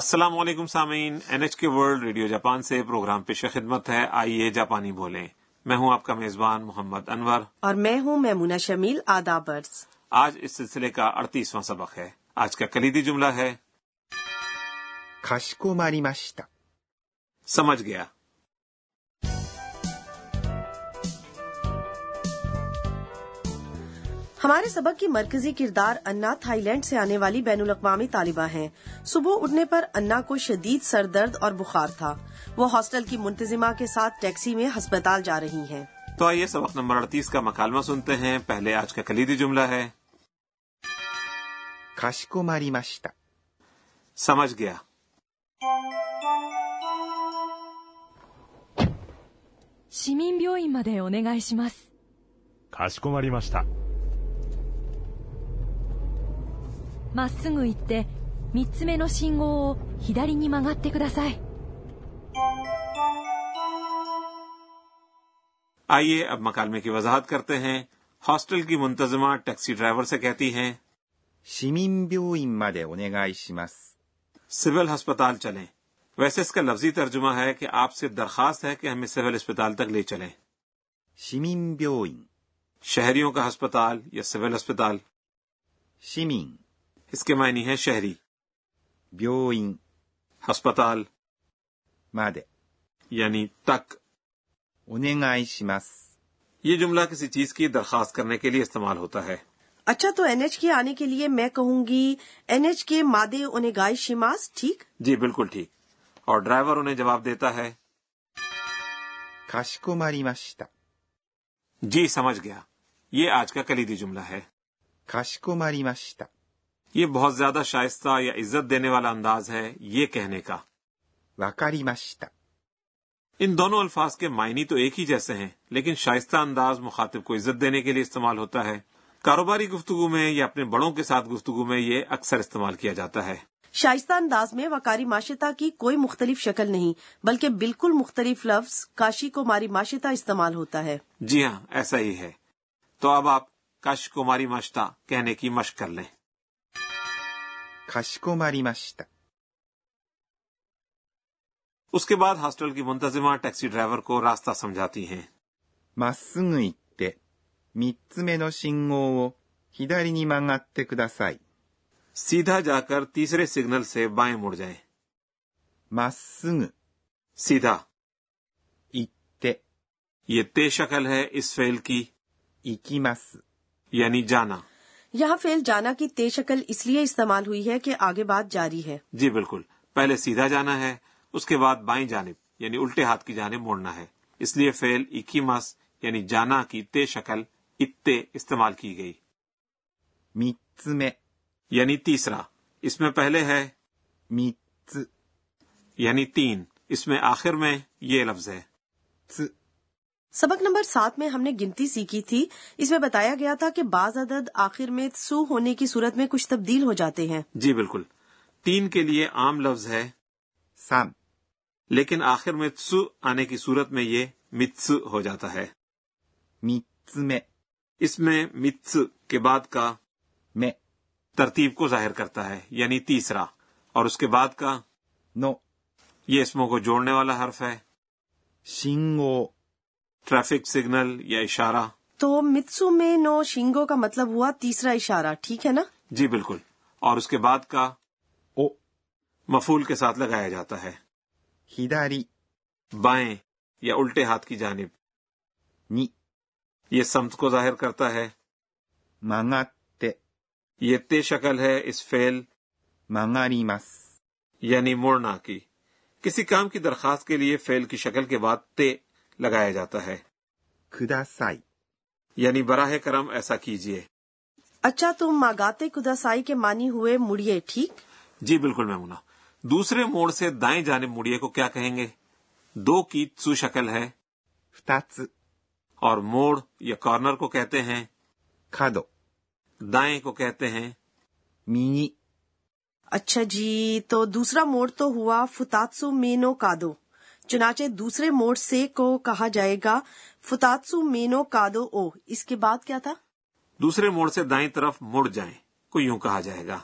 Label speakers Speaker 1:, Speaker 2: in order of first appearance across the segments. Speaker 1: السلام علیکم سامعین N H K World Radio Japan سے پروگرام پیش خدمت ہے آئیے جاپانی بولیں میں ہوں آپ کا میزبان محمد انور
Speaker 2: اور میں ہوں میمونہ شمیل آدابرز
Speaker 1: آج اس سلسلے کا اڑتیسواں سبق ہے آج کا کلیدی جملہ ہے
Speaker 3: かしこまりました。
Speaker 1: سمجھ گیا
Speaker 2: ہمارے سبق کی مرکزی کردار انا تھائی لینڈ سے آنے والی بین الاقوامی طالبہ ہیں صبح اٹھنے پر انا کو شدید سر درد اور بخار تھا وہ ہاسٹل کی منتظمہ کے ساتھ ٹیکسی میں ہسپتال جا رہی ہیں
Speaker 1: تو آئیے سبق نمبر اڑتیس کا مکالمہ سنتے ہیں پہلے آج کا کلیدی جملہ ہے
Speaker 3: かしこまりました。
Speaker 1: سمجھ گیا
Speaker 4: شیمین
Speaker 5: かしこまりました。
Speaker 4: まっすぐ行って3つ目の信号を左に曲がってください
Speaker 1: آئیے اب مکالمے کی وضاحت کرتے ہیں ہاسٹل کی منتظمہ ٹیکسی ڈرائیور سے کہتی ہیں
Speaker 3: 市民病院までお願いします。
Speaker 1: سول ہسپتال چلیں ویسے اس کا لفظی ترجمہ ہے کہ آپ سے درخواست ہے کہ ہمیں سول ہسپتال تک لے چلیں
Speaker 3: 市民病院、
Speaker 1: شہریوں کا ہسپتال یا سول ہسپتال
Speaker 3: 市民、
Speaker 1: اس کے معنی ہے شہری
Speaker 3: 病院
Speaker 1: ہسپتال
Speaker 3: まで
Speaker 1: یعنی تک
Speaker 3: お願いします。
Speaker 1: یہ جملہ کسی چیز کی درخواست کرنے کے لیے استعمال ہوتا ہے
Speaker 2: اچھا تو این ایچ کے آنے کے لیے میں کہوں گی این ایچ کے مادے اونگائی شیماس ٹھیک
Speaker 1: جی بالکل ٹھیک اور ڈرائیور انہیں جواب دیتا ہے
Speaker 3: かしこまりました。
Speaker 1: جی سمجھ گیا یہ آج کا کلیدی جملہ ہے
Speaker 3: かしこまりました。
Speaker 1: یہ بہت زیادہ شائستہ یا عزت دینے والا انداز ہے یہ کہنے کا
Speaker 3: わかりました。
Speaker 1: ان دونوں الفاظ کے معنی تو ایک ہی جیسے ہیں لیکن شائستہ انداز مخاطب کو عزت دینے کے لیے استعمال ہوتا ہے کاروباری گفتگو میں یا اپنے بڑوں کے ساتھ گفتگو میں یہ اکثر استعمال کیا جاتا ہے
Speaker 2: شائستہ انداز میں وکاری معاشتا کی کوئی مختلف شکل نہیں بلکہ بالکل مختلف لفظ کاشی کو ماری معاشتا استعمال ہوتا ہے
Speaker 1: جی ہاں ایسا ہی ہے تو اب آپ کاش کماری ماشتا کہنے کی مشق کر لیں
Speaker 3: かしこまりました。
Speaker 1: اس کے بعد ہاسٹل کی منتظمہ ٹیکسی ڈرائیور کو راستہ سمجھاتی ہیں
Speaker 3: まっすぐ行って、三つ目の信号を左に曲がってください。
Speaker 1: سیدھا جا کر تیسرے سگنل سے بائیں مڑ جائیں
Speaker 3: まっすぐ
Speaker 1: سیدھا
Speaker 3: 行って、
Speaker 1: یہ تے شکل ہے اس فعل کی
Speaker 3: 行きます。
Speaker 1: یعنی جانا
Speaker 2: یہاں فیل جانا کی تے شکل اس لیے استعمال ہوئی ہے کہ آگے بات جاری ہے
Speaker 1: جی بالکل پہلے سیدھا جانا ہے اس کے بعد بائیں جانب یعنی الٹے ہاتھ کی جانب موڑنا ہے اس لیے فعل اکی مس یعنی جانا کی تے شکل اتے استعمال کی گئی
Speaker 3: 三つ目、
Speaker 1: یعنی تیسرا اس میں پہلے ہے
Speaker 3: 三つ、
Speaker 1: یعنی تین اس میں آخر میں یہ لفظ ہے
Speaker 3: つ、
Speaker 2: سبق نمبر سات میں ہم نے گنتی سیکھی تھی اس میں بتایا گیا تھا کہ بعض عدد آخر میں سو ہونے کی صورت میں کچھ تبدیل ہو جاتے ہیں
Speaker 1: جی بالکل تین کے لیے عام لفظ ہے
Speaker 3: 三、
Speaker 1: لیکن آخر میں تسو آنے کی صورت میں یہ متس ہو جاتا ہے
Speaker 3: 三つ目、
Speaker 1: اس میں متس کے بعد کا
Speaker 3: 目、
Speaker 1: ترتیب کو ظاہر کرتا ہے یعنی تیسرا اور اس کے بعد کا
Speaker 3: の、
Speaker 1: یہ اسموں کو جوڑنے والا حرف ہے
Speaker 3: 信号、
Speaker 1: ٹریفک سگنل یا اشارہ
Speaker 2: تو متسو میں نو شنگو کا مطلب ہوا تیسرا اشارہ ٹھیک ہے نا
Speaker 1: جی بالکل اور اس کے بعد کا
Speaker 3: を、
Speaker 1: مفول کے ساتھ لگایا جاتا ہے
Speaker 3: 左、
Speaker 1: بائیں یا الٹے ہاتھ کی جانب
Speaker 3: に、
Speaker 1: یہ سمت کو ظاہر کرتا ہے
Speaker 3: 曲がって、
Speaker 1: یہ تے شکل ہے اس فعل
Speaker 3: 曲がります。
Speaker 1: یعنی مڑنا کی کسی کام کی درخواست کے لیے فعل کی شکل کے بعد تے لگایا جاتا ہے
Speaker 3: ください。
Speaker 1: یعنی براہ کرم ایسا کیجیے
Speaker 2: اچھا تو ماگاتے کداسائی کے معنی ہوئے مڑیے ٹھیک
Speaker 1: جی بالکل میمونا دوسرے موڑ سے دائیں جانب مڑیے کو کیا کہیں گے دو کی سو شکل ہے
Speaker 3: 二つ、
Speaker 1: اور موڑ یا کارنر کو کہتے ہیں
Speaker 3: 角、
Speaker 1: دائیں کو کہتے ہیں
Speaker 3: 右、
Speaker 2: اچھا جی تو دوسرا موڑ تو ہوا فتاتسو مینو کادو چنانچہ دوسرے موڑ سے کو کہا جائے گا فتاتسو مینو کادو او اس کے بعد کیا تھا
Speaker 1: دوسرے موڑ سے دائیں طرف مڑ جائیں کو یوں کہا جائے گا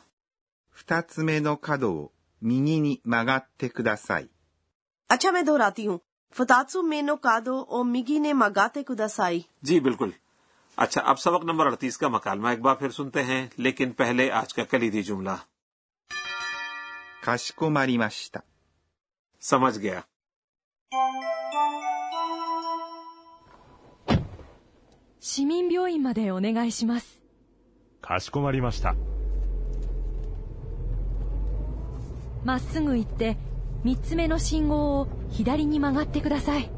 Speaker 3: 二つ目の角を右に曲がってください。
Speaker 2: اچھا میں دہراتی ہوں فتاتسو مینو کادو او میگی نے مگاتے کداسائی
Speaker 1: جی بالکل اچھا اب سبق نمبر اڑتیس کا مکالمہ ایک بار پھر سنتے ہیں لیکن پہلے آج کا کلیدی جملہ
Speaker 3: かしこまりました。
Speaker 1: سمجھ گیا
Speaker 4: 「市民病院までお願いします
Speaker 5: かしこまりました。」
Speaker 4: まっすぐ行って3つ目の信号を左に曲がってください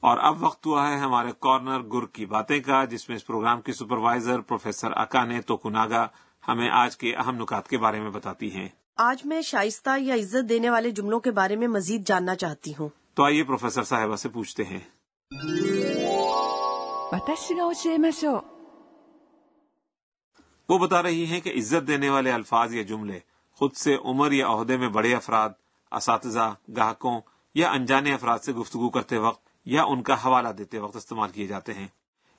Speaker 1: اور اب وقت ہوا ہے ہمارے کارنر گر کی باتیں کا جس میں اس پروگرام کی سپروائزر پروفیسر اکا نے توکناگا ہمیں آج کے اہم نکات کے بارے میں بتاتی ہیں
Speaker 2: آج میں شائستہ یا عزت دینے والے جملوں کے بارے میں مزید جاننا چاہتی ہوں
Speaker 1: تو آئیے پروفیسر صاحبہ سے پوچھتے ہیں
Speaker 6: 私が教えましょう
Speaker 1: وہ بتا رہی ہیں کہ عزت دینے والے الفاظ یا جملے خود سے عمر یا عہدے میں بڑے افراد اساتذہ گاہکوں یا انجانے افراد سے گفتگو کرتے وقت یا ان کا حوالہ دیتے وقت استعمال کیے جاتے ہیں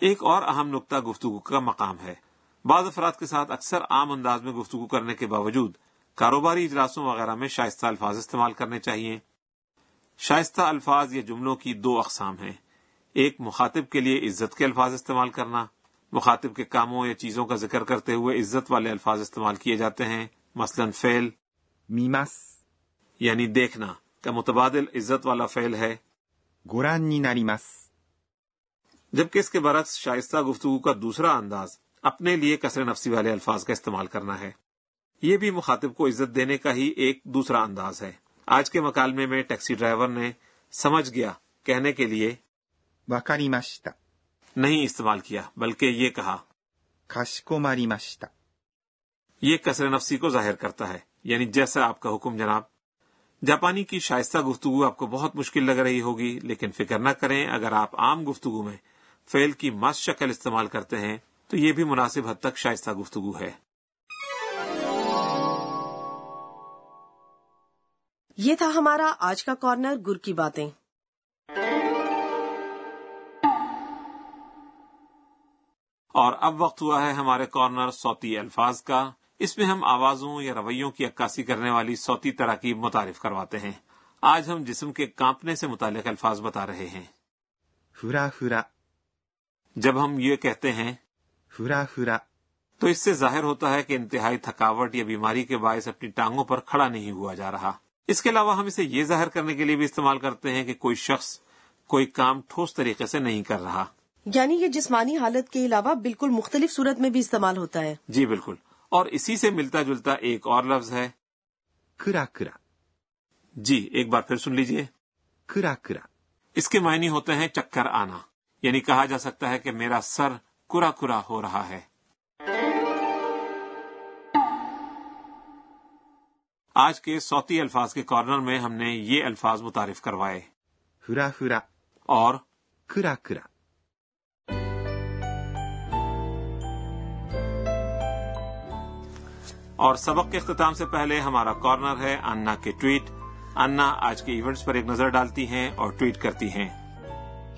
Speaker 1: ایک اور اہم نقطہ گفتگو کا مقام ہے بعض افراد کے ساتھ اکثر عام انداز میں گفتگو کرنے کے باوجود کاروباری اجلاسوں وغیرہ میں شائستہ الفاظ استعمال کرنے چاہیے شائستہ الفاظ یا جملوں کی دو اقسام ہیں ایک مخاطب کے لیے عزت کے الفاظ استعمال کرنا مخاطب کے کاموں یا چیزوں کا ذکر کرتے ہوئے عزت والے الفاظ استعمال کیے جاتے ہیں مثلا فعل
Speaker 3: 見ます。
Speaker 1: یعنی دیکھنا کا متبادل عزت والا فعل ہے
Speaker 3: ご覧になります。
Speaker 1: جبکہ اس کے برعکس شائستہ گفتگو کا دوسرا انداز اپنے لیے کثر نفسی والے الفاظ کا استعمال کرنا ہے یہ بھی مخاطب کو عزت دینے کا ہی ایک دوسرا انداز ہے آج کے مکالمے میں ٹیکسی ڈرائیور نے سمجھ گیا کہنے کے لیے
Speaker 3: わかりました。
Speaker 1: نہیں استعمال کیا بلکہ یہ کہا
Speaker 3: かしこまりました。
Speaker 1: یہ کثر نفسی کو ظاہر کرتا ہے یعنی جیسا آپ کا حکم جناب جاپانی کی شائستہ گفتگو آپ کو بہت مشکل لگ رہی ہوگی لیکن فکر نہ کریں اگر آپ عام گفتگو میں فعل کی مس شکل استعمال کرتے ہیں تو یہ بھی مناسب حد تک شائستہ گفتگو ہے
Speaker 2: یہ تھا ہمارا آج کا کارنر گر کی باتیں
Speaker 1: اور اب وقت ہوا ہے ہمارے کارنر صوتی الفاظ کا اس میں ہم آوازوں یا رویوں کی عکاسی کرنے والی صوتی تراکیب متعارف کرواتے ہیں آج ہم جسم کے کانپنے سے متعلق الفاظ بتا رہے ہیں
Speaker 3: ふらふら、
Speaker 1: جب ہم یہ کہتے ہیں
Speaker 3: ふらふら、
Speaker 1: تو اس سے ظاہر ہوتا ہے کہ انتہائی تھکاوٹ یا بیماری کے باعث اپنی ٹانگوں پر کھڑا نہیں ہوا جا رہا اس کے علاوہ ہم اسے یہ ظاہر کرنے کے لیے بھی استعمال کرتے ہیں کہ کوئی شخص کوئی کام ٹھوس طریقے سے نہیں کر رہا
Speaker 2: یعنی یہ جسمانی حالت کے علاوہ بالکل مختلف صورت میں بھی استعمال ہوتا ہے
Speaker 1: جی بالکل اور اسی سے ملتا جلتا ایک اور لفظ ہے
Speaker 3: くらくら、
Speaker 1: جی ایک بار پھر سن لیجئے
Speaker 3: くらくら、
Speaker 1: اس کے معنی ہوتے ہیں چکر آنا یعنی کہا جا سکتا ہے کہ میرا سر کرا کرا ہو رہا ہے آج کے صوتی الفاظ کے کارنر میں ہم نے یہ الفاظ متعارف کروائے
Speaker 3: ふらふら、
Speaker 1: اور
Speaker 3: くらくら、
Speaker 1: اور سبق کے اختتام سے پہلے ہمارا کارنر ہے انا کے ٹویٹ انا آج کے ایونٹس پر ایک نظر ڈالتی ہیں اور ٹویٹ کرتی ہیں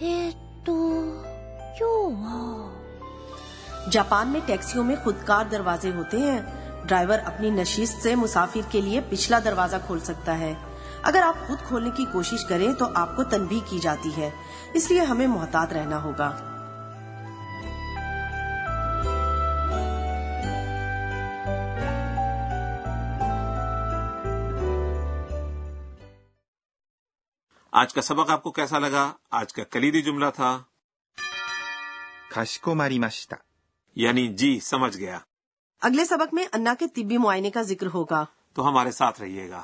Speaker 4: えっと今日は。
Speaker 2: جاپان میں ٹیکسیوں میں خودکار دروازے ہوتے ہیں ڈرائیور اپنی نشیست سے مسافر کے لیے پچھلا دروازہ کھول سکتا ہے اگر آپ خود کھولنے کی کوشش کریں تو آپ کو تنبیہ کی جاتی ہے اس لیے ہمیں محتاط رہنا ہوگا
Speaker 1: آج کا سبق آپ کو کیسا لگا آج کا کلیدی جملہ تھا
Speaker 3: かしこまりました。
Speaker 1: یعنی جی سمجھ گیا
Speaker 2: اگلے سبق میں انا کے طبی معائنے کا ذکر ہوگا
Speaker 1: تو ہمارے ساتھ رہیے گا